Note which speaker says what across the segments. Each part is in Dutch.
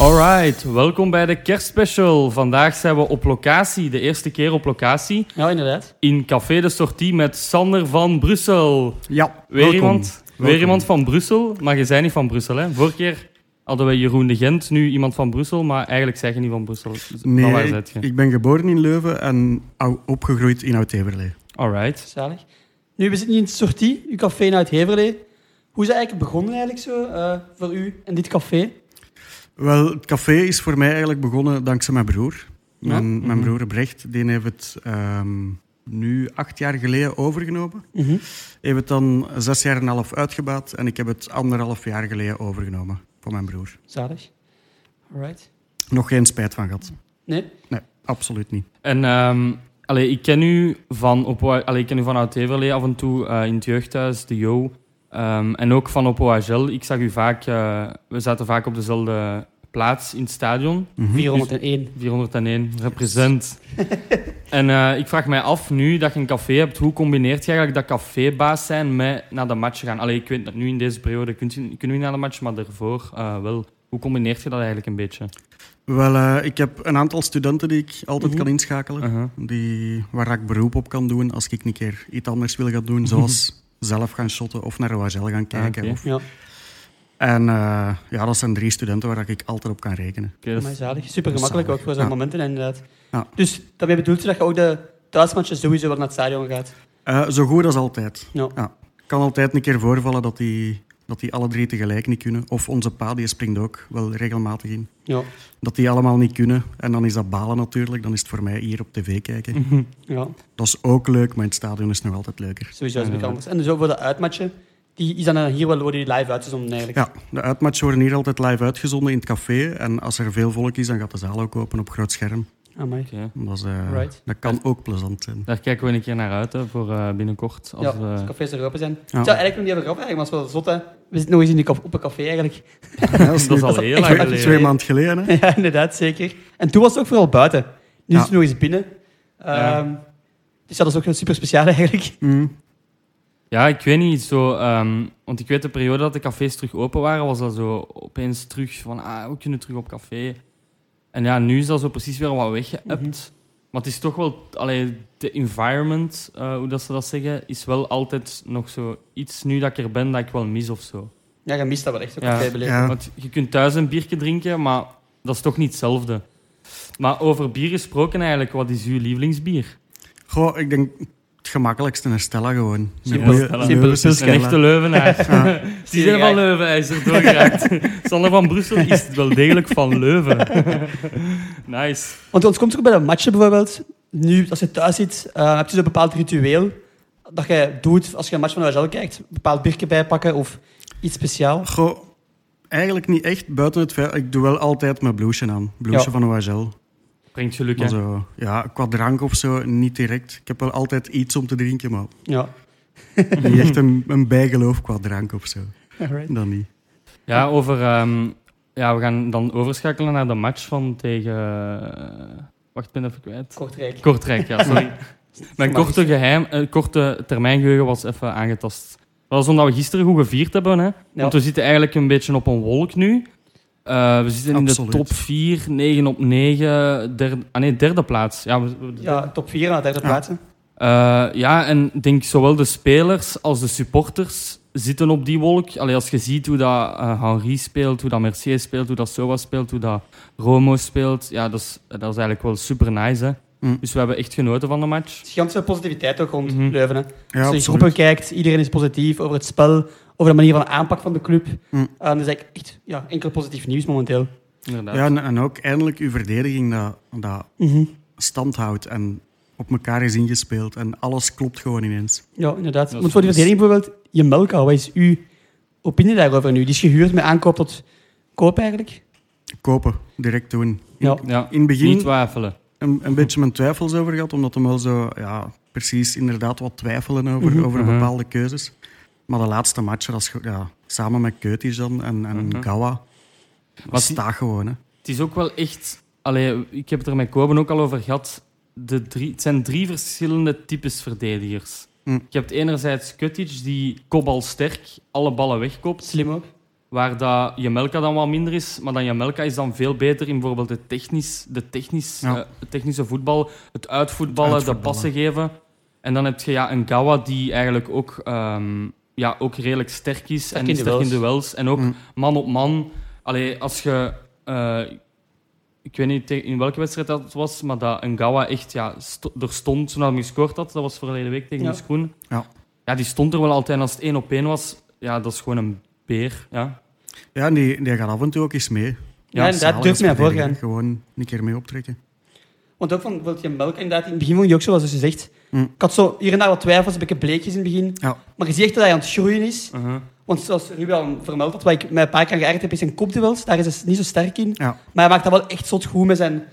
Speaker 1: Alright, welkom bij de kerstspecial. Vandaag zijn we op locatie, de eerste keer op locatie,
Speaker 2: Ja, inderdaad.
Speaker 1: in Café de Sortie met Sander van Brussel.
Speaker 3: Ja,
Speaker 1: Weer iemand? Weer iemand van Brussel, maar je bent niet van Brussel. Hè? Vorige keer hadden we Jeroen de Gent, nu iemand van Brussel, maar eigenlijk zeg je niet van Brussel. Dus van waar
Speaker 3: Nee,
Speaker 1: zijt
Speaker 3: ik,
Speaker 1: je?
Speaker 3: ik ben geboren in Leuven en ou- opgegroeid in Oud-Heverlee.
Speaker 1: Alright.
Speaker 2: Zalig. Nu, we zitten hier in het sortie, uw café in Uitheverlee. Hoe is dat eigenlijk begonnen eigenlijk zo, eh, voor u en dit café?
Speaker 3: Wel, het café is voor mij eigenlijk begonnen dankzij mijn broer. Mijn, mijn
Speaker 1: mhm.
Speaker 3: broer Brecht, die heeft het ehm, nu acht jaar geleden overgenomen.
Speaker 2: Mhm.
Speaker 3: Heeft het dan zes jaar en een half uitgebaat en ik heb het anderhalf jaar geleden overgenomen van mijn broer.
Speaker 2: Zalig. Alright.
Speaker 3: Nog geen spijt van gehad.
Speaker 2: Nee?
Speaker 3: Nee, absoluut niet.
Speaker 1: En ehm, allee, ik ken u van op, OA allee, ik ken u van Oud-Heverlee af en toe eh, in het jeugdhuis, de Jo. Ehm, en ook van op OHL. Ik zag u vaak, eh, we zaten vaak op dezelfde plaats in het stadion.
Speaker 2: 401.
Speaker 1: 401, represent. en eh, ik vraag mij af, nu dat je een café hebt, hoe combineert je eigenlijk dat cafébaas zijn met naar de match gaan? Allee, ik weet dat nu in deze periode kunt u- kunnen we niet naar de match, maar daarvoor eh, wel. Hoe combineert je dat eigenlijk een beetje?
Speaker 3: Wel, eh, ik heb een aantal studenten die ik altijd
Speaker 2: Mhm.
Speaker 3: kan inschakelen.
Speaker 1: Uh-huh.
Speaker 3: die, waar ik beroep op kan doen als ik een keer iets anders wil gaan doen, zoals zelf gaan shotten of naar OHL gaan kijken.
Speaker 1: Ah, oké.
Speaker 3: of-
Speaker 2: Ja,
Speaker 3: En eh, ja, dat zijn drie studenten waar ik altijd op kan rekenen.
Speaker 1: Oké, dat
Speaker 2: maar
Speaker 1: is-
Speaker 2: zalig. Super gemakkelijk ook voor zo'n
Speaker 3: Ja.
Speaker 2: momenten inderdaad.
Speaker 3: Ja.
Speaker 2: Dus daarmee bedoelt u dat je ook de thuismatches sowieso wel naar het stadion gaat?
Speaker 3: Eh, zo goed als altijd.
Speaker 2: Ja.
Speaker 3: Ja. Kan altijd een keer voorvallen dat die, dat die alle drie tegelijk niet kunnen. Of onze pa, die springt ook wel regelmatig in.
Speaker 2: Ja.
Speaker 3: Dat die allemaal niet kunnen. En dan is dat balen natuurlijk. Dan is het voor mij hier op tv kijken.
Speaker 1: Mhm.
Speaker 2: ja.
Speaker 3: Dat is ook leuk, maar in het stadion is het nog altijd leuker.
Speaker 2: Sowieso is het
Speaker 1: Ja,
Speaker 2: anders. En dus ook voor de uitmatchen, die is dan eh, hier wel worden die live uitgezonden eigenlijk.
Speaker 3: Ja, de uitmatchen worden hier altijd live uitgezonden in het café. En als er veel volk is, dan gaat de zaal ook open op groot scherm.
Speaker 2: Amai.
Speaker 1: oké.
Speaker 3: Dat, is, eh,
Speaker 2: Right.
Speaker 3: dat kan ook plezant zijn.
Speaker 1: Daar kijken we een keer naar uit hè, voor eh, binnenkort. Als
Speaker 2: ja,
Speaker 1: we-
Speaker 2: als de cafés er open zijn. Ik
Speaker 3: Ja.
Speaker 2: zou eigenlijk nog niet hebben gehad, eigenlijk, maar het is wel zot, hè. We zitten nog eens in de kaf- op een café, eigenlijk.
Speaker 3: dat is
Speaker 1: dat is
Speaker 3: nu
Speaker 1: al heel lang
Speaker 3: twee,
Speaker 1: geleden.
Speaker 3: twee maanden geleden. Hè?
Speaker 2: ja, inderdaad, zeker. En toen was het ook vooral buiten. Nu
Speaker 3: Ja.
Speaker 2: is het nog eens binnen.
Speaker 1: Ja.
Speaker 2: Ehm, Dus dat is ook super speciaal, eigenlijk.
Speaker 3: Mm.
Speaker 1: Ja, ik weet niet. Zo, ehm, want ik weet de periode dat de cafés terug open waren, was dat zo opeens terug van ah, we kunnen terug op café. En ja, nu is dat zo precies weer wat weggeëpt. Maar het is toch wel, allee, de environment, eh, hoe dat ze dat zeggen, is wel altijd nog zo iets nu dat ik er ben dat ik wel mis of zo.
Speaker 2: Ja, je mist dat wel echt, ook
Speaker 1: Ja.
Speaker 2: cafébeleving.
Speaker 3: Ja.
Speaker 1: Want je kunt thuis een biertje drinken, maar dat is toch niet hetzelfde. Maar over bier gesproken eigenlijk, wat is uw lievelingsbier?
Speaker 3: Goh, ik denk het gemakkelijkste naar Stella gewoon.
Speaker 1: Simpel.
Speaker 3: Een goeie-
Speaker 1: Stella.
Speaker 3: een
Speaker 1: Simpel.
Speaker 3: goeie
Speaker 1: Een echte Leuvenaar. Die zijn van Leuven, hij is er doorgeraakt. Sander van Brussel is wel degelijk van Leuven. nice.
Speaker 2: Want ons komt ook bij een matchen bijvoorbeeld. Nu, als je thuis zit, eh, heb je zo'n bepaald ritueel dat je doet als je een match van OHL kijkt. Een bepaald biertje bijpakken of iets speciaals.
Speaker 3: Goh, eigenlijk niet echt buiten het feit. Ik doe wel altijd mijn blouseje aan. Blouseje
Speaker 2: Ja.
Speaker 3: van OHL.
Speaker 1: Brengt geluk,
Speaker 3: Maar
Speaker 1: hè?
Speaker 3: zo, ja, qua drank of zo, niet direct. Ik heb wel altijd iets om te drinken, maar
Speaker 2: Ja.
Speaker 3: niet echt een, een bijgeloof qua drank of zo.
Speaker 2: Alright.
Speaker 3: Dan niet.
Speaker 1: Ja, over... ehm, ja, we gaan dan overschakelen naar de match van tegen... eh, wacht, ik ben even kwijt.
Speaker 2: Kortrijk.
Speaker 1: Kortrijk, ja, sorry. Mijn korte, geheim, eh, korte termijngeheugen was even aangetast. Dat was omdat we gisteren goed gevierd hebben, hè? Want we zitten eigenlijk een beetje op een wolk nu. Eh, we zitten
Speaker 3: Absoluut.
Speaker 1: in de top 4, 9 op 9, derde, ah nee, derde plaats. Ja, we- we-
Speaker 2: Ja, top 4 aan de derde
Speaker 3: Ja.
Speaker 2: plaatsen.
Speaker 1: Eh, ja, en ik denk zowel de spelers als de supporters zitten op die wolk. Allee, als je ziet hoe dat eh, Henri speelt, hoe dat Mercier speelt, hoe dat Sowa speelt, hoe dat Romo speelt. Ja, dat is, dat is eigenlijk wel super nice. Hè?
Speaker 3: Mm.
Speaker 1: Dus we hebben echt genoten van de match.
Speaker 2: Het is gigantische positiviteit ook rond
Speaker 1: Mhm.
Speaker 2: Leuven. Hè.
Speaker 3: Ja,
Speaker 2: Als je in
Speaker 3: absoluut.
Speaker 2: groepen kijkt, iedereen is positief over het spel, over de manier van aanpak van de club.
Speaker 3: Mm.
Speaker 2: Eh, dus eigenlijk echt ja, enkel positief nieuws momenteel.
Speaker 1: Inderdaad.
Speaker 3: Ja, en, en ook eindelijk uw verdediging dat, dat stand houdt en op elkaar is ingespeeld. En alles klopt gewoon ineens.
Speaker 2: Ja, inderdaad.
Speaker 1: Dat
Speaker 2: Want voor die
Speaker 1: is- dus-
Speaker 2: verdediging bijvoorbeeld, je Melka, wat is uw opinie daarover nu? Die is gehuurd met aankoop tot koop eigenlijk.
Speaker 3: Kopen, direct doen.
Speaker 2: Ja.
Speaker 1: Ja,
Speaker 3: In het
Speaker 1: niet
Speaker 3: begin
Speaker 1: twijfelen.
Speaker 3: een, een beetje mijn twijfels over gehad, omdat hem wel zo, ja, precies inderdaad wat twijfelen over,
Speaker 2: Mhm.
Speaker 3: over
Speaker 1: Mhm.
Speaker 3: bepaalde keuzes. Maar de laatste match, dat is go- ja, samen met Keutis dan en, en
Speaker 1: Mhm.
Speaker 3: Gawa,
Speaker 1: Maar
Speaker 3: was staat gewoon. Hè.
Speaker 1: Het is ook wel echt... Allee, ik heb het er met Koben ook al over gehad. De drie, het zijn drie verschillende types verdedigers.
Speaker 3: Hm.
Speaker 1: Je hebt enerzijds Kutic, die kopbalsterk alle ballen wegkoopt.
Speaker 2: Slim ook.
Speaker 1: Waar dat Jamelka dan wat minder is. Maar dan Jamelka is dan veel beter in bijvoorbeeld de, technisch, de technisch,
Speaker 3: Ja.
Speaker 1: eh, het technische voetbal. Het uitvoetballen,
Speaker 3: Het
Speaker 1: de
Speaker 3: uitvoetballen.
Speaker 1: passen geven. En dan heb je ja, een Gawa die eigenlijk ook, ehm, ja, ook redelijk sterk is.
Speaker 2: Sterk
Speaker 1: en
Speaker 2: in
Speaker 1: sterk in
Speaker 2: duels.
Speaker 1: duels. En ook
Speaker 3: Mm.
Speaker 1: man op man. Allee, als je... eh, ik weet niet tegen- in welke wedstrijd dat was, maar dat Ngawa echt ja, sto- er stond toen hij gescoord had. Dat was verleden week tegen
Speaker 2: Ja.
Speaker 1: de Schoen.
Speaker 3: Ja.
Speaker 1: ja, die stond er wel altijd. En als het één op één was, ja, dat is gewoon een beer. Ja.
Speaker 3: Ja, en die, die gaat af en toe ook eens mee.
Speaker 2: Ja, en
Speaker 3: Zalig
Speaker 2: dat durft
Speaker 3: als
Speaker 2: mij aan
Speaker 3: verdediger.
Speaker 2: voorgaan.
Speaker 3: Gewoon een keer mee optrekken.
Speaker 2: Want ook van bijvoorbeeld je melk, inderdaad, in het begin vond je ook zo, zoals je zegt.
Speaker 3: Mm.
Speaker 2: dus Ik had zo hier en daar wat twijfels, een beetje bleekjes in het begin.
Speaker 3: Ja.
Speaker 2: Maar je ziet echt dat hij aan het groeien is.
Speaker 1: Uh-huh.
Speaker 2: Want zoals Ruben al vermeld had, waar ik mij een paar keer aan geërgerd heb, is zijn kopduels. Daar is hij niet zo sterk in.
Speaker 3: Ja.
Speaker 2: Maar hij maakt dat wel echt zot goed met zijn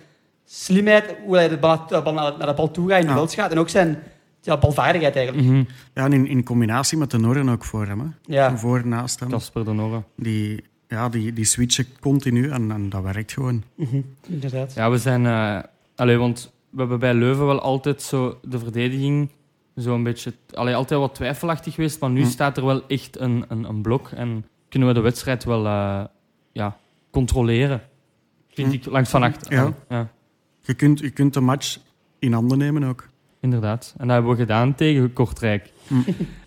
Speaker 2: slimheid, hoe hij de bal, de bal naar, naar de bal toe gaat en de
Speaker 3: Ja.
Speaker 2: duels gaat. En ook zijn ja, balvaardigheid eigenlijk.
Speaker 1: Mhm.
Speaker 3: Ja, en in, in combinatie met de Norren ook voor hem. Hè.
Speaker 2: Ja.
Speaker 3: Voor, naast hem.
Speaker 1: Casper de Norre.
Speaker 3: Die, ja, die, die switchen continu en, en dat werkt gewoon.
Speaker 2: Inderdaad.
Speaker 1: Ja, we zijn... eh allee, want we hebben bij Leuven wel altijd zo de verdediging zo een beetje... Allee, altijd wat twijfelachtig geweest, maar nu
Speaker 3: Hm.
Speaker 1: staat er wel echt een, een, een blok en kunnen we de wedstrijd wel eh, ja, controleren. Vind
Speaker 3: Hm.
Speaker 1: ik, langs van achter.
Speaker 3: Ja.
Speaker 1: ja,
Speaker 3: Je kunt, je kunt de match in handen nemen ook.
Speaker 1: inderdaad. En dat hebben we gedaan tegen Kortrijk.
Speaker 3: Hm.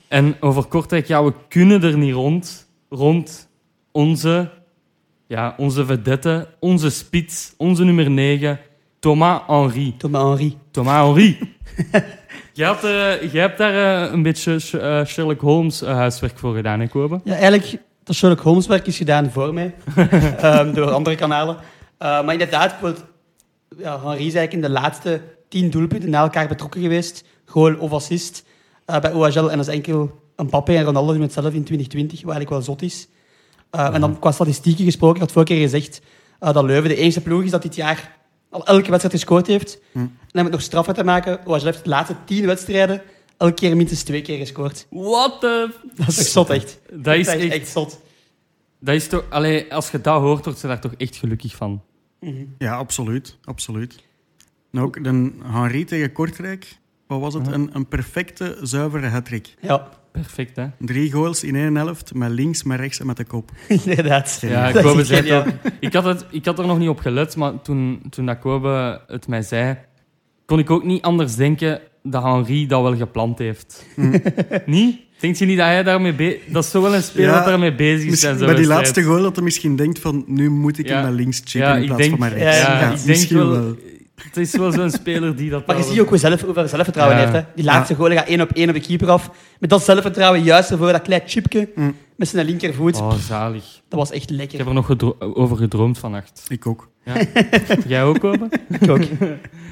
Speaker 1: En over Kortrijk, ja, we kunnen er niet rond. Rond onze, ja, onze vedette, onze spits, onze nummer 9, Thomas Henry.
Speaker 2: Tot met Henri.
Speaker 1: Thomas Henry. Jij, had, eh, jij hebt daar eh, een beetje Sh- eh, Sherlock Holmes eh, huiswerk voor gedaan, hè, Kobe?
Speaker 2: Ja, eigenlijk, dat Sherlock Holmes werk is gedaan voor mij, ehm, door andere kanalen. Eh, maar inderdaad, bijvoorbeeld, ja, Henri is eigenlijk in de laatste tien doelpunten na elkaar betrokken geweest. Goal of assist eh, bij OHL. En dat is enkel Mbappé en Ronaldo doen het zelf in 2020, wat eigenlijk wel zot is. Eh, En dan qua statistieken gesproken, ik had vorige keer gezegd eh, dat Leuven de enige ploeg is dat dit jaar al elke wedstrijd gescoord heeft.
Speaker 3: Hm.
Speaker 2: En dan met nog strafwet te maken, OHL heeft de laatste tien wedstrijden elke keer minstens twee keer gescoord.
Speaker 1: What the...
Speaker 2: Dat is echt zot, echt.
Speaker 1: Dat is
Speaker 2: Dat
Speaker 1: echt...
Speaker 2: echt zot.
Speaker 1: Dat is toch... Allee, als je dat hoort, word je daar toch echt gelukkig van.
Speaker 3: Ja, absoluut. absoluut. En ook de Henri tegen Kortrijk. Wat was het?
Speaker 1: Ja.
Speaker 3: Een, een perfecte, zuivere hat-trick.
Speaker 2: Ja,
Speaker 1: Perfect, hè?
Speaker 3: Drie goals in één helft, met links, met rechts en met de kop.
Speaker 2: inderdaad.
Speaker 1: Ja,
Speaker 2: Dat is
Speaker 1: Kobe
Speaker 2: echt
Speaker 1: zei het
Speaker 2: geniaal.
Speaker 1: ook. Ik had, het, ik had er nog niet op gelet, maar toen, toen dat Kobe het mij zei, kon ik ook niet anders denken dat Henri dat wel gepland heeft. niet? Denkt je niet dat hij daarmee bezig... Dat is zo wel een speler
Speaker 3: Ja,
Speaker 1: dat daarmee bezig is.
Speaker 3: Misschien-
Speaker 1: zijn, zo'n
Speaker 3: bij die
Speaker 1: wedstrijd.
Speaker 3: laatste goal dat hij misschien denkt van nu moet ik
Speaker 1: Ja.
Speaker 3: hem naar links checken in
Speaker 1: ik
Speaker 3: plaats van naar rechts.
Speaker 1: Ja,
Speaker 2: Ja,
Speaker 1: ik denk
Speaker 3: misschien
Speaker 1: wel, Het is wel zo'n speler die dat.
Speaker 2: Maar je
Speaker 1: wel-
Speaker 2: ziet ook hoe zelf, hoeveel zelfvertrouwen
Speaker 1: Ja.
Speaker 2: hij heeft. Hè. Die laatste goal gaat één op één op de keeper af. Met dat zelfvertrouwen, juist ervoor, dat klein chipje
Speaker 3: Mm.
Speaker 2: met zijn linkervoet.
Speaker 1: Oh, zalig.
Speaker 2: Dat was echt
Speaker 1: Ik
Speaker 2: lekker.
Speaker 1: heb er nog gedro- over gedroomd vannacht.
Speaker 3: Ik ook.
Speaker 1: Jij ook, Kobe?
Speaker 2: Ik ook. en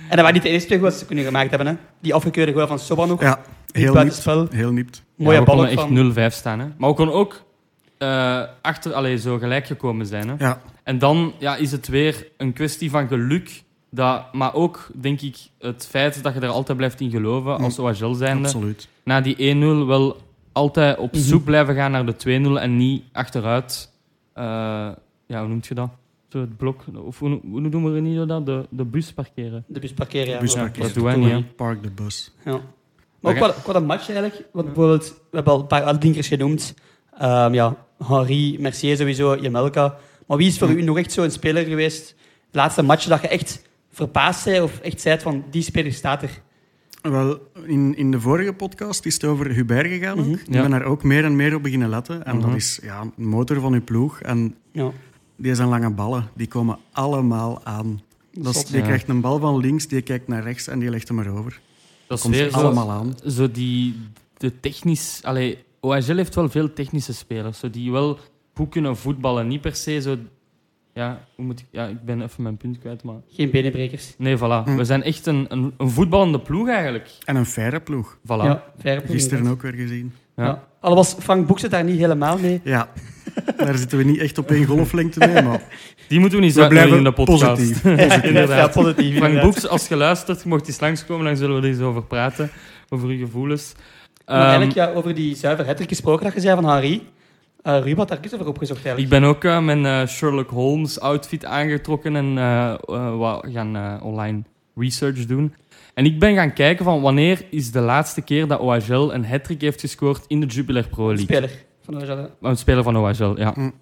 Speaker 2: dat waren niet de eerste goals die ze kunnen gemaakt hebben. Hè. Die afgekeurde goal van Soba nog.
Speaker 3: Ja,
Speaker 2: Heel
Speaker 3: heel nipt.
Speaker 2: buitenspel.
Speaker 3: Heel nipt.
Speaker 2: Mooie
Speaker 1: ja, we
Speaker 2: bal
Speaker 1: konden
Speaker 2: ook
Speaker 1: echt
Speaker 2: van...
Speaker 1: 0-5 staan. Hè? Maar we konden ook eh, achter, allee, zo gelijk gekomen zijn. Hè?
Speaker 3: Ja.
Speaker 1: En dan ja, is het weer een kwestie van geluk. Dat, maar ook, denk ik, het feit dat je er altijd blijft in geloven als OHL zijnde.
Speaker 3: Absoluut. Mhm.
Speaker 1: Na die 1-0 wel altijd op zoek blijven gaan naar de 2-0 en niet achteruit. eh, ja, hoe noemt je dat? Zo het blok, of hoe, hoe noemen we niet dat? De, de bus parkeren.
Speaker 2: De bus parkeren, ja.
Speaker 3: Bus
Speaker 1: Ja,
Speaker 3: parkeren.
Speaker 1: dat doen wij niet, hè.
Speaker 3: Park de bus.
Speaker 2: Ja. Maar ook
Speaker 1: Oké.
Speaker 2: qua, qua de match eigenlijk. Want bijvoorbeeld, we hebben al een paar uitblinkers genoemd. Ehm, ja, Henri, Mercier sowieso, Jamelka. Maar wie is voor u nog echt zo'n speler geweest? De laatste match dat je echt verbaasd zei of echt zei van die speler staat er.
Speaker 3: Wel, in, in de vorige podcast is het over Hubert gegaan. ook. Ik
Speaker 1: Mhm, Ja.
Speaker 3: ben daar ook meer en meer op beginnen letten. En
Speaker 1: Mhm.
Speaker 3: dat is ja, een motor van uw ploeg. En
Speaker 2: Ja,
Speaker 3: die zijn lange ballen, die komen allemaal aan. Dat is,
Speaker 2: Zot.
Speaker 3: die
Speaker 1: Ja.
Speaker 3: krijgt een bal van links, die kijkt naar rechts en die legt hem erover.
Speaker 1: Dat is
Speaker 3: Komt
Speaker 1: weer zo,
Speaker 3: allemaal aan.
Speaker 1: zo die de technisch. Allee, OHL heeft wel veel technische spelers, zo die wel goed kunnen voetballen. Niet per se zo. Ja, hoe moet ik, ja, ik ben even mijn punt kwijt, maar.
Speaker 2: geen benenbrekers.
Speaker 1: Nee, voilà.
Speaker 3: Hm.
Speaker 1: We zijn echt een, een, een voetballende ploeg eigenlijk.
Speaker 3: En een faire ploeg.
Speaker 1: Voilà.
Speaker 2: Ja, fair play.
Speaker 3: Gisteren ook weer gezien.
Speaker 1: Ja.
Speaker 2: Ja. Al was Frank Boeks het daar niet helemaal mee.
Speaker 3: Ja, daar zitten we niet echt op één golflengte mee, maar
Speaker 1: Die moeten we niet
Speaker 3: we
Speaker 1: uitnodigen
Speaker 3: blijven
Speaker 1: in de podcast.
Speaker 3: positief.
Speaker 2: Ja,
Speaker 1: Inderdaad.
Speaker 2: positief.
Speaker 1: Frank
Speaker 2: inderdaad.
Speaker 1: Boeks, als je luistert, je mocht eens langskomen, dan zullen we er eens over praten. Over uw gevoelens.
Speaker 2: Maar
Speaker 1: Ehm,
Speaker 2: eigenlijk, ja, over die zuiver hattrick gesproken dat je zei van Henri. Eh Ruben had daar iets over opgezocht
Speaker 1: Ik
Speaker 2: eigenlijk.
Speaker 1: ben ook eh, mijn eh, Sherlock Holmes outfit aangetrokken en eh, eh, we gaan eh, online research doen. En ik ben gaan kijken van wanneer is de laatste keer dat OHL een hat heeft gescoord in de Jupiler Pro League.
Speaker 2: Speler. Van Ojalle.
Speaker 1: Een speler van OHL, ja.
Speaker 3: Mm.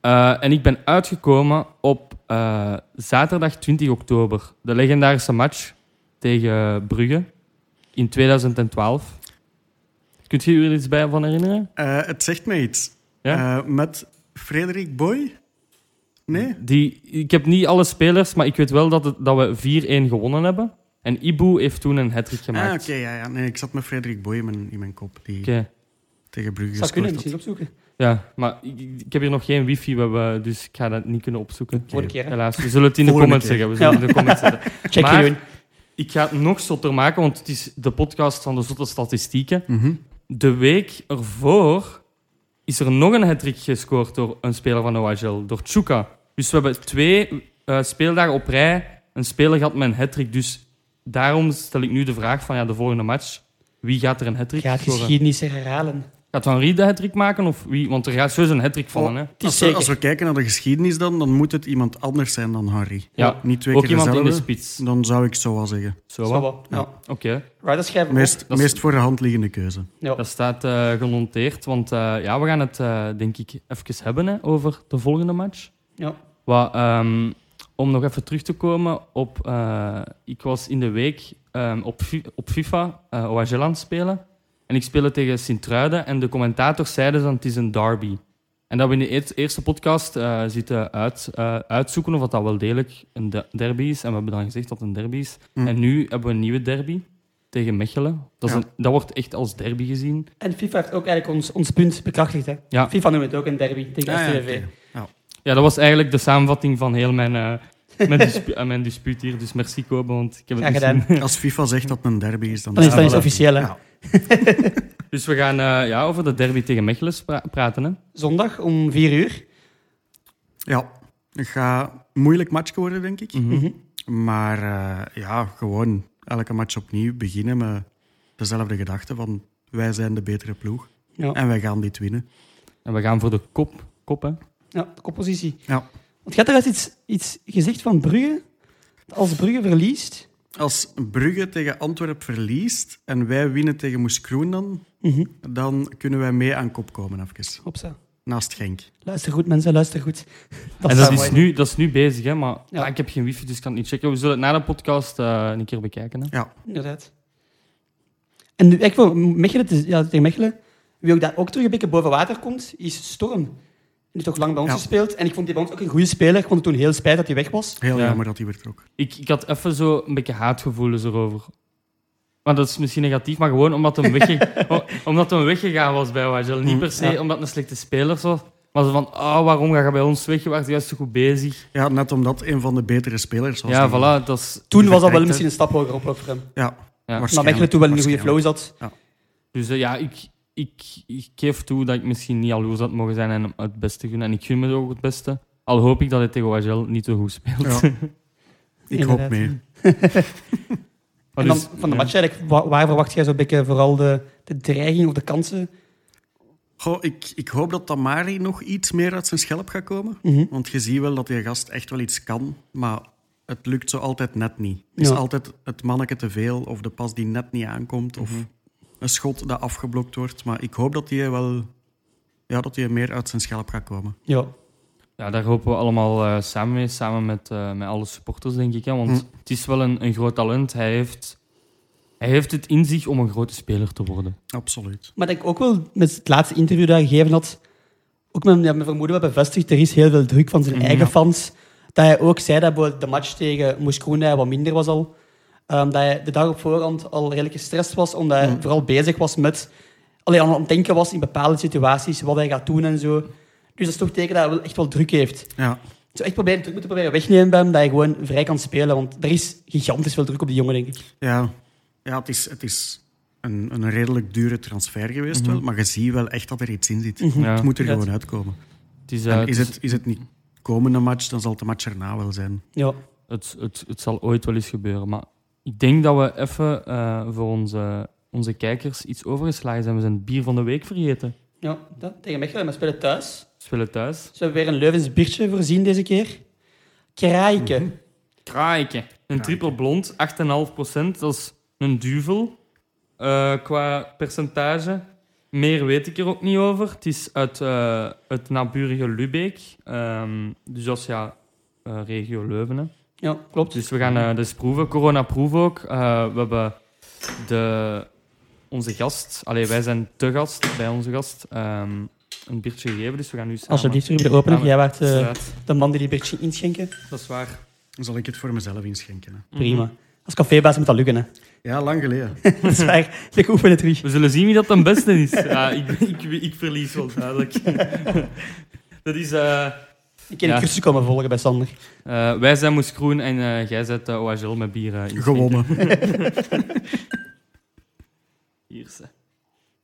Speaker 1: Eh, en ik ben uitgekomen op eh, zaterdag 20 oktober. De legendarische match tegen Brugge in 2012. Kunt je u er iets bij van herinneren?
Speaker 3: Eh, het zegt mij iets.
Speaker 1: Ja?
Speaker 3: Eh, met Frederik Boy? Nee?
Speaker 1: Die, ik heb niet alle spelers, maar ik weet wel dat, het- dat we 4-1 gewonnen hebben. En Ibu heeft toen een hat
Speaker 3: Ah,
Speaker 1: gemaakt.
Speaker 3: oké, ja, ja. Nee, ik zat met Frederik Boy in mijn, in mijn kop, die
Speaker 1: Oké.
Speaker 3: tegen Brugge
Speaker 2: Zou kunnen,
Speaker 3: gescoord
Speaker 2: misschien
Speaker 3: had.
Speaker 2: opzoeken.
Speaker 1: Ja, maar ik, ik heb hier nog geen wifi, we hebben- dus ik ga dat niet kunnen opzoeken.
Speaker 2: Vorige keer. hè.
Speaker 1: Helaas, we zullen het in de
Speaker 3: Volgende
Speaker 1: comments zeggen.
Speaker 3: keer.
Speaker 1: We zullen het in de comments zetten.
Speaker 2: Check
Speaker 1: Maar-
Speaker 2: je
Speaker 1: Ik ga het nog zotter maken, want het is de podcast van de zotte statistieken.
Speaker 3: Mhm.
Speaker 1: De week ervoor is er nog een hat-trick gescoord door een speler van OHL, door Chuka. Dus we hebben twee eh, speeldagen op rij een speler gehad met een hat-trick. Dus daarom stel ik nu de vraag van ja, de volgende match, wie gaat er een hat-trick
Speaker 2: Gaat
Speaker 1: scoren?
Speaker 2: geschiedenis herhalen.
Speaker 1: Gaat Van Riet de hat-trick maken? Of wie? Want er gaat sowieso een hat-trick vallen. Hè?
Speaker 2: Het is
Speaker 3: Als we, als
Speaker 2: zeker.
Speaker 3: we kijken naar de geschiedenis dan, dan moet het iemand anders zijn dan Harry.
Speaker 1: Ja,
Speaker 3: Niet twee
Speaker 1: ook
Speaker 3: keer
Speaker 1: iemand in de
Speaker 3: dezelfde.
Speaker 1: spits.
Speaker 3: Dan zou ik zo wel zeggen.
Speaker 1: Zo,
Speaker 2: Zo
Speaker 1: wat?
Speaker 2: wel, Ja.
Speaker 1: Oké.
Speaker 2: Right, dat schrijven we op.
Speaker 3: Meest,
Speaker 1: dat is-
Speaker 3: meest voor de hand liggende keuze.
Speaker 2: Ja.
Speaker 1: Dat staat eh genoteerd, want eh, ja, we gaan het eh, denk ik even hebben hè, over de volgende match.
Speaker 2: Ja.
Speaker 1: Wat, ehm, om nog even terug te komen op... eh, ik was in de week ehm, op, Fi- op FIFA eh OHL aan het spelen. En ik speelde tegen Sint-Truiden. En de commentators zeiden dan, het is een derby. En dat we in de eer- eerste podcast eh, zitten uit, eh, uitzoeken of dat, dat wel degelijk een de- derby is. En we hebben dan gezegd dat het een derby is.
Speaker 3: Mm.
Speaker 1: En nu hebben we een nieuwe derby tegen Mechelen. Dat, is
Speaker 3: Ja.
Speaker 1: een- dat wordt echt als derby gezien.
Speaker 2: En FIFA heeft ook eigenlijk ons, ons punt bekrachtigd. Hè?
Speaker 1: Ja.
Speaker 2: FIFA noemt het ook een derby tegen
Speaker 3: Ah, ja,
Speaker 2: STVV.
Speaker 3: oké.
Speaker 1: Ja, dat was eigenlijk de samenvatting van heel mijn, eh, mijn, dispu- eh, mijn dispuut hier. Dus merci Kobe, want ik heb het
Speaker 2: Graag
Speaker 1: niet
Speaker 2: gedaan.
Speaker 1: zien.
Speaker 3: Als FIFA zegt dat het een derby is, dan,
Speaker 2: Dan is dat
Speaker 1: Ja,
Speaker 2: iets
Speaker 1: voilà.
Speaker 2: officieel. hè.
Speaker 3: Ja.
Speaker 1: Dus we gaan eh, ja, over de derby tegen Mechelen spra- praten. Hè?
Speaker 2: Zondag om 4 uur.
Speaker 3: Ja, het gaat een moeilijk match worden, denk ik.
Speaker 1: Mhm.
Speaker 3: Maar eh, ja, gewoon elke match opnieuw beginnen met dezelfde gedachte van wij zijn de betere ploeg
Speaker 2: Ja.
Speaker 3: en wij gaan dit winnen.
Speaker 1: En we gaan voor de kop. kop hè?
Speaker 2: Ja, de koppositie.
Speaker 3: Ja.
Speaker 2: Want gaat er uit iets, iets gezegd van Brugge? Als Brugge verliest,
Speaker 3: Als Brugge tegen Antwerpen verliest en wij winnen tegen Moeskroen dan, dan kunnen wij mee aan kop komen even.
Speaker 2: Mhm. hopsa.
Speaker 3: Naast Genk.
Speaker 2: Luister goed, mensen, luister goed. Dat
Speaker 1: en
Speaker 2: zou
Speaker 1: dat is,
Speaker 2: mooi
Speaker 1: nu, dat is nu bezig, hè, maar
Speaker 2: Ja.
Speaker 1: ah, ik heb geen wifi, dus ik kan het niet checken. We zullen het na de podcast eh, een keer bekijken. Hè?
Speaker 3: Ja,
Speaker 2: Inderdaad. En nu, ik wil Mechelen, te- ja, tegen Mechelen, wie ook daar ook terug een beetje boven water komt, is Storm. Die heeft ook lang bij ons
Speaker 3: Ja.
Speaker 2: gespeeld. En ik vond die bij ons ook een goede speler. Ik vond het toen heel spijt dat hij weg was.
Speaker 3: heel
Speaker 1: Ja.
Speaker 3: jammer dat hij vertrok.
Speaker 1: Ik, ik had even zo een beetje haatgevoelens erover. Maar dat is misschien negatief, maar gewoon omdat hem, wegge- om- omdat hem weggegaan was bij Wajel. Niet per se
Speaker 2: Mm, Ja.
Speaker 1: omdat het een slechte speler was, maar zo van, oh, waarom ga je bij ons weg? Je was juist zo goed bezig.
Speaker 3: Ja, net omdat een van de betere spelers was.
Speaker 1: ja,
Speaker 3: die-
Speaker 1: voilà, dat is...
Speaker 2: Toen was dat wel
Speaker 3: Vertrekt,
Speaker 2: misschien een stap hoger op voor hem.
Speaker 3: Ja,
Speaker 1: Ja.
Speaker 2: Maar
Speaker 3: waarschijnlijk,
Speaker 2: Mechelen toen wel in een goede flow
Speaker 3: waarschijnlijk.
Speaker 2: zat.
Speaker 1: Dus eh, ja, ik, ik, ik geef toe dat ik misschien niet jaloers had mogen zijn en hem het beste gunnen. En ik gun me ook het beste. Al hoop ik dat hij tegen Wajel niet zo goed speelt.
Speaker 3: Ja. Ik
Speaker 2: Inderdaad.
Speaker 3: hoop mee.
Speaker 1: Maar
Speaker 2: en dan
Speaker 1: dus,
Speaker 2: van de
Speaker 1: ja.
Speaker 2: match eigenlijk, wa- waar, verwacht jij zo'n beetje vooral de, de dreiging of de kansen?
Speaker 3: Goh, ik, ik hoop dat Tamari nog iets meer uit zijn schelp gaat komen. Want je ziet wel dat die gast echt wel iets kan, maar het lukt zo altijd net niet. Het is
Speaker 2: Ja.
Speaker 3: altijd het manneke te veel, of de pas die net niet aankomt, of een schot dat afgeblokt wordt. Maar ik hoop dat hij wel ja, dat die meer uit zijn schelp gaat komen.
Speaker 2: Ja.
Speaker 1: Ja, daar hopen we allemaal eh, samen mee, samen met, eh, met alle supporters, denk ik. Hè? Want
Speaker 3: Mm.
Speaker 1: het is wel een, een groot talent. Hij heeft, hij heeft het in zich om een grote speler te worden.
Speaker 3: Absoluut.
Speaker 2: Maar dat ik ook wel met het laatste interview dat hij gegeven had, ook met ja, mijn vermoeden wat bevestigd, er is heel veel druk van zijn eigen fans. Dat hij ook zei dat bijvoorbeeld de match tegen Moeskroen dat hij wat minder was al. Ehm, dat hij de dag op voorhand al redelijk gestrest was, omdat hij vooral bezig was met... Alleen aan het denken was in bepaalde situaties, wat hij gaat doen en zo. Dus dat is toch teken dat hij wel echt wel druk heeft.
Speaker 3: Ja,
Speaker 2: Ik zou echt proberen, druk moeten proberen wegnemen bij hem, dat hij gewoon vrij kan spelen. Want er is gigantisch veel druk op die jongen, denk ik.
Speaker 3: ja. ja het is, het is een, een redelijk dure transfer geweest, wel, maar je ziet wel echt dat er iets in zit.
Speaker 1: Ja.
Speaker 3: Het moet er
Speaker 2: Ja.
Speaker 3: gewoon uitkomen.
Speaker 1: Het, is, eh,
Speaker 3: En
Speaker 1: het,
Speaker 3: is,
Speaker 1: is-
Speaker 3: het, is het niet komende match, dan zal het de match erna wel zijn.
Speaker 2: Ja.
Speaker 1: het, het, het zal ooit wel eens gebeuren. Maar ik denk dat we even eh, voor onze, onze kijkers iets overgeslagen zijn. We zijn het bier van de week vergeten.
Speaker 2: Ja, dat, tegen Mechelen. Maar spelen thuis.
Speaker 1: We spelen thuis.
Speaker 2: Ze hebben weer een Leuvens biertje voorzien deze keer. Kraaike.
Speaker 1: Kraaike. Een triple blond, 8,5 Dat is een duvel eh, qua percentage. Meer weet ik er ook niet over. Het is uit eh, het naburige Lubeek. Ehm, dus dat is ja, eh, regio Leuven. hè.
Speaker 2: Ja, klopt.
Speaker 1: Dus we gaan eh dus proeven. Corona-proef ook. Eh, we hebben de, onze gast... Allee, wij zijn te gast bij onze gast. ehm, een biertje gegeven, dus we gaan nu samen...
Speaker 2: Alsjeblieft, Ruben, de opener.
Speaker 1: Samen.
Speaker 2: Jij waart eh,
Speaker 1: Inderdaad,
Speaker 2: de man die die biertje inschenken.
Speaker 1: Dat is waar.
Speaker 3: Dan zal ik het voor mezelf inschenken. Hè.
Speaker 2: Prima. Als cafébaas moet dat lukken, hè.
Speaker 3: Ja, lang geleden.
Speaker 2: Dat is waar. Ik oefen het terug.
Speaker 1: We zullen zien wie dat dan beste is. Ja, ik, ik, ik verlies wel duidelijk. dat is... eh,
Speaker 2: Ik ken
Speaker 1: Ja.
Speaker 2: een cursus komen volgen bij Sander.
Speaker 1: eh, wij zijn Moes Groen en eh, jij zet de OHL met bier eh, in.
Speaker 3: Gewonnen.
Speaker 1: Hier, ze.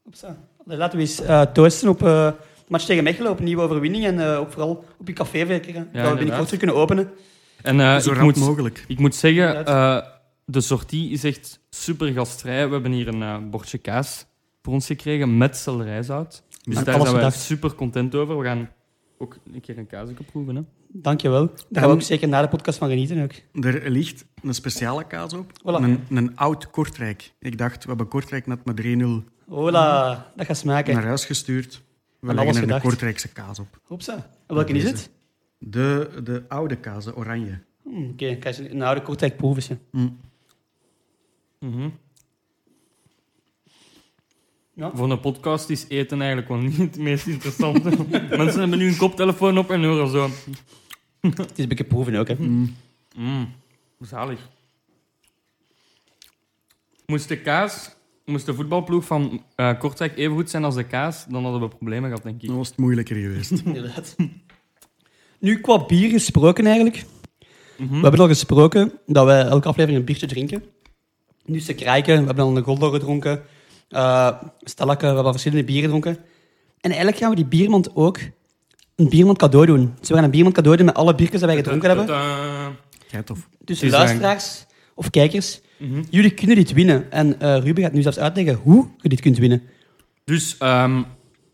Speaker 2: Opsa. Allee, Laten we eens eh, toosten op eh, de match tegen Mechelen, op een nieuwe overwinning en eh, ook vooral op je café werken. Ja, dat we
Speaker 1: inderdaad.
Speaker 2: binnenkort weer kunnen openen.
Speaker 1: En eh,
Speaker 3: Zo
Speaker 1: ik,
Speaker 3: rap
Speaker 1: moet,
Speaker 3: mogelijk.
Speaker 1: ik moet zeggen,
Speaker 2: Inderdaad.
Speaker 1: eh, de sortie is echt super gastvrij. We hebben hier een eh, bordje kaas voor ons gekregen met selderijzout. Dus
Speaker 2: Aan
Speaker 1: daar
Speaker 2: alles
Speaker 1: zijn we
Speaker 2: gedacht.
Speaker 1: super content over. We gaan ook een keer een kaasje proeven. Hè.
Speaker 2: Dankjewel. Daar gaan we ook zeker na de podcast van genieten. Ook.
Speaker 3: Er ligt een speciale kaas op.
Speaker 2: Voilà.
Speaker 3: Een, een oud Kortrijk. Ik dacht, we hebben Kortrijk net met 3-0
Speaker 2: Hola, dat gaat smaken.
Speaker 3: naar huis gestuurd. We
Speaker 2: Aan
Speaker 3: leggen
Speaker 2: alles
Speaker 3: er de
Speaker 2: gedacht.
Speaker 3: Kortrijkse kaas op.
Speaker 2: Hopsa. En welke is het?
Speaker 3: De, de oude kaas, de oranje.
Speaker 2: Hmm, Oké, ik ga eens een oude Kortrijk proeven. ze.
Speaker 1: Mhm.
Speaker 2: Ja.
Speaker 1: Voor een podcast is eten eigenlijk wel niet het meest interessante. Mensen hebben nu een koptelefoon op en horen zo.
Speaker 2: Het is een beetje proeven ook. Hè.
Speaker 1: Mm, zalig. Moest de kaas, moest de voetbalploeg van eh Kortrijk even goed zijn als de kaas, dan hadden we problemen gehad, denk ik.
Speaker 3: Dan Nou, was het moeilijker geweest.
Speaker 2: Inderdaad. Nu, qua bier gesproken eigenlijk. We hebben al gesproken dat we elke aflevering een biertje drinken. Nu is de Krijken, we hebben al een Goldor gedronken. eh Stellakke, we hebben al verschillende bieren gedronken. En eigenlijk gaan we die biermand ook een biermand cadeau doen. Dus we gaan een biermand cadeau doen met alle biertjes dat wij gedronken hebben.
Speaker 1: Tadaa.
Speaker 3: Jij tof.
Speaker 2: Dus
Speaker 1: Het is
Speaker 2: luisteraars of kijkers,
Speaker 1: Mhm.
Speaker 2: jullie kunnen dit winnen. En eh Ruben gaat nu zelfs uitleggen hoe je dit kunt winnen.
Speaker 1: Dus ehm, we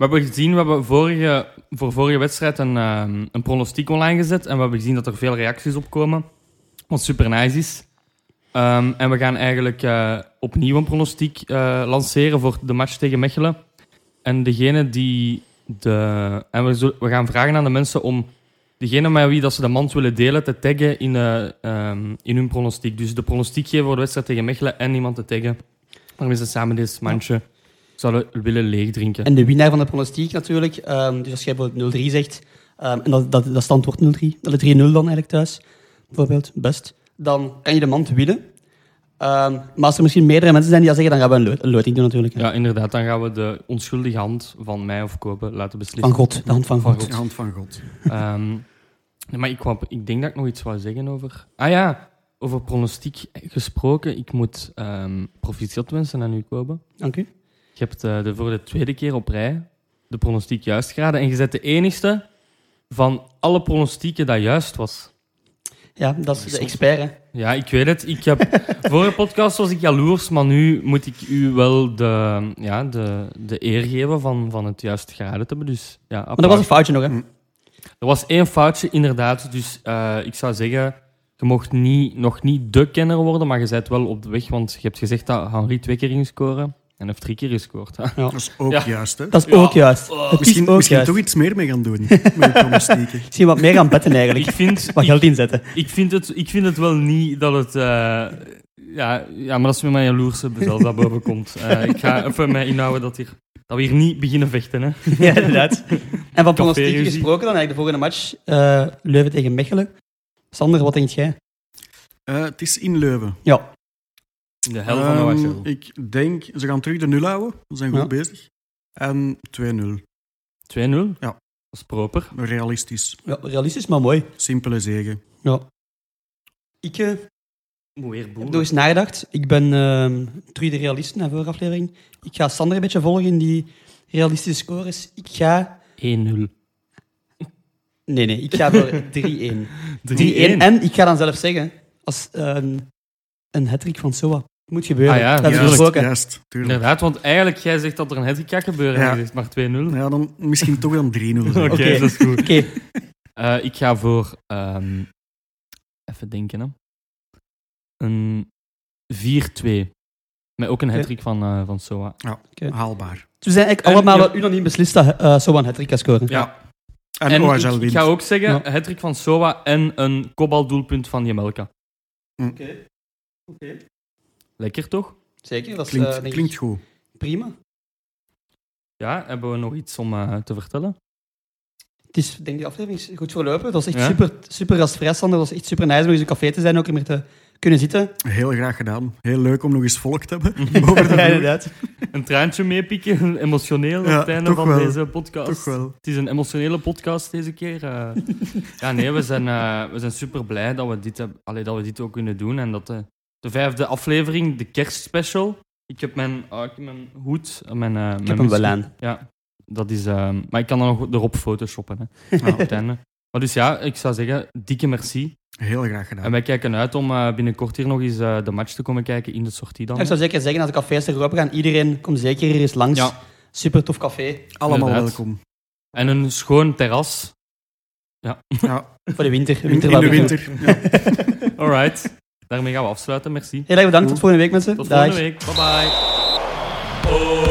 Speaker 1: hebben gezien, we hebben vorige, voor vorige wedstrijd een, ehm, een pronostiek online gezet. En we hebben gezien dat er veel reacties op komen. Wat super nice is. Ehm, en we gaan eigenlijk eh, opnieuw een pronostiek eh, lanceren voor de match tegen Mechelen. En degene die de. En we, zullen- we gaan vragen aan de mensen om. Degene met wie dat ze de mand willen delen, te taggen in, eh, ehm, in hun pronostiek. Dus de pronostiek geven voor de wedstrijd tegen Mechelen en iemand te taggen. Waarmee ze samen dit mandje zouden willen leegdrinken.
Speaker 2: En de winnaar van de pronostiek natuurlijk. ehm, dus als jij bijvoorbeeld 0-3 zegt, ehm, en dat, dat, dat stand wordt 0-3, dat is 3-0 dan eigenlijk thuis, bijvoorbeeld, best, dan kan je de mand winnen. Ehm, maar als er misschien meerdere mensen zijn die dat zeggen, dan gaan we een, lot, een loting doen natuurlijk. hè.
Speaker 1: Ja, inderdaad. Dan gaan we de onschuldige hand van mij of kopen laten
Speaker 2: Van
Speaker 1: beslissen.
Speaker 2: God, de hand van
Speaker 1: dus- Van
Speaker 2: God.
Speaker 1: God.
Speaker 3: De hand van God.
Speaker 1: Ehm, nee, maar ik, wou- ik denk dat ik nog iets wou zeggen over... Ah ja, over pronostiek gesproken. Ik moet ehm proficiat wensen aan u, Kopen.
Speaker 2: Dank u.
Speaker 1: Je hebt eh, de, voor de tweede keer op rij de pronostiek juist geraden. En je bent de enigste van alle pronostieken dat juist was.
Speaker 2: Ja, dat is de expert. hè.
Speaker 1: Ja, ik weet het. Ik heb, voor een podcast was ik jaloers, maar nu moet ik u wel de, ja, de, de eer geven van, van het juist geraden te hebben. Dus, ja,
Speaker 2: Maar dat was een foutje nog, hè?
Speaker 1: Mm. Er was één foutje, inderdaad. Dus eh, ik zou zeggen, je mocht niet, nog niet de kenner worden, maar je bent wel op de weg. Want je hebt gezegd dat Henri twee keer ging scoren en heeft drie keer gescoord. hè.
Speaker 3: Dat is ook
Speaker 1: Ja.
Speaker 3: juist, hè?
Speaker 2: Dat is
Speaker 1: Ja.
Speaker 2: ook juist. Het is
Speaker 3: Misschien,
Speaker 2: ook
Speaker 3: misschien
Speaker 2: juist.
Speaker 3: toch iets meer mee gaan doen met de pronostieken.
Speaker 2: Misschien wat meer gaan betten eigenlijk.
Speaker 1: Ik vind,
Speaker 2: Wat
Speaker 1: ik,
Speaker 2: geld inzetten.
Speaker 1: ik vind het, ik vind het wel niet dat het... eh, ja, ja, maar dat is weer mijn jaloerse zelfs dat boven komt. Eh, ik ga even mij inhouden dat, hier, dat we hier niet beginnen vechten. Hè.
Speaker 2: Ja, inderdaad. En van pronostieken
Speaker 1: ruzie.
Speaker 2: gesproken dan eigenlijk de volgende match. eh, Leuven tegen Mechelen. Sander, wat denk jij?
Speaker 3: Eh, het is in Leuven.
Speaker 2: Ja,
Speaker 1: In de hel van de
Speaker 3: Ehm,
Speaker 1: Wachel.
Speaker 3: Ik denk, ze gaan terug de nul houden. Ze zijn goed
Speaker 2: Ja.
Speaker 3: bezig. En 2-0.
Speaker 1: 2-0?
Speaker 3: Ja.
Speaker 1: Dat is proper.
Speaker 3: Realistisch.
Speaker 2: ja realistisch, maar mooi.
Speaker 3: Simpele zegen.
Speaker 2: Ja. Ik eh,
Speaker 1: Moet weer
Speaker 2: heb nog eens nagedacht. Ik ben ehm terug de realist na vorige aflevering. Ik ga Sander een beetje volgen in die realistische scores. Ik ga...
Speaker 1: 1-0.
Speaker 2: Nee, nee. Ik ga voor 3-1. 3-1. En ik ga dan zelf zeggen, als ehm, een hattrick van Soa. Het moet gebeuren.
Speaker 1: Ah ja,
Speaker 2: dat hebben we
Speaker 1: tuurlijk.
Speaker 3: juist,
Speaker 2: gesproken.
Speaker 3: juist, tuurlijk.
Speaker 1: Inderdaad, want eigenlijk, jij zegt dat er een hattrick gaat gebeuren.
Speaker 3: Ja.
Speaker 1: En je zegt maar 2-0.
Speaker 3: Ja, dan misschien toch dan 3-0. zijn.
Speaker 1: Oké,
Speaker 2: Oké.
Speaker 1: dat is goed.
Speaker 2: Oké, dus
Speaker 1: Eh, ik ga voor, ehm, even denken, hè. een 4-2. Met ook een hattrick van, eh, van Soa.
Speaker 3: Ja,
Speaker 2: Oké.
Speaker 3: haalbaar.
Speaker 2: Dus we zijn eigenlijk
Speaker 1: En-
Speaker 2: allemaal
Speaker 1: ja.
Speaker 2: wel unaniem beslist dat eh Sowan het gaat scoren.
Speaker 3: Ja. En, oh,
Speaker 1: En
Speaker 3: OHL
Speaker 1: ik, ik
Speaker 3: wint.
Speaker 1: ga ook zeggen,
Speaker 2: Ja.
Speaker 1: hattrick van Soa en een kopbaldoelpunt van Jemelka.
Speaker 2: Oké.
Speaker 1: Lekker toch?
Speaker 2: Zeker, dat is eh,
Speaker 3: Klinkt,
Speaker 2: denk ik,
Speaker 3: klinkt goed.
Speaker 2: prima.
Speaker 1: Ja, hebben we nog iets om eh, te vertellen?
Speaker 2: Het is, denk ik, de aflevering is goed verlopen. Het was echt
Speaker 1: Ja.
Speaker 2: super, super gastvrij, Sander. Het was echt super nice om eens in een café te zijn, ook meer te kunnen zitten.
Speaker 3: Heel graag gedaan. Heel leuk om nog eens volk te hebben. Over de
Speaker 2: Ja,
Speaker 3: vloer.
Speaker 2: inderdaad.
Speaker 1: Een traantje meepikken, emotioneel,
Speaker 3: Ja,
Speaker 1: op het einde
Speaker 3: toch
Speaker 1: van
Speaker 3: wel.
Speaker 1: deze podcast.
Speaker 3: Toch wel.
Speaker 1: Het is een emotionele podcast deze keer. eh. ja, nee, we zijn, eh, we zijn super blij dat we, dit hebben, allee, dat we dit ook kunnen doen. En dat de, de vijfde aflevering, de kerstspecial. Ik heb mijn, ah, ik heb mijn hoed, eh, mijn, eh, mijn
Speaker 2: Ik heb hem wel
Speaker 1: muts-
Speaker 2: aan.
Speaker 1: Ja, dat is. eh, maar ik kan dan nog erop photoshoppen hè, op
Speaker 3: Ja,
Speaker 1: het einde. Maar dus ja, ik zou zeggen, dikke merci.
Speaker 3: heel graag
Speaker 1: En
Speaker 3: gedaan.
Speaker 1: wij kijken uit om eh, binnenkort hier nog eens eh, de match te komen kijken in de sortie dan.
Speaker 2: Ik zou zeker zeggen, als de cafés terug open gaan, iedereen komt zeker hier eens langs.
Speaker 1: Ja.
Speaker 2: Super tof café.
Speaker 3: Allemaal
Speaker 1: Inderdaad.
Speaker 3: welkom.
Speaker 1: En een schoon terras.
Speaker 3: Ja,
Speaker 2: Voor de winter.
Speaker 3: in, in de winter. Ja.
Speaker 1: Alright. Daarmee gaan we afsluiten. Merci.
Speaker 2: Heel erg bedankt. Tot volgende week, mensen.
Speaker 1: Tot
Speaker 2: Dag.
Speaker 1: volgende week. Bye bye.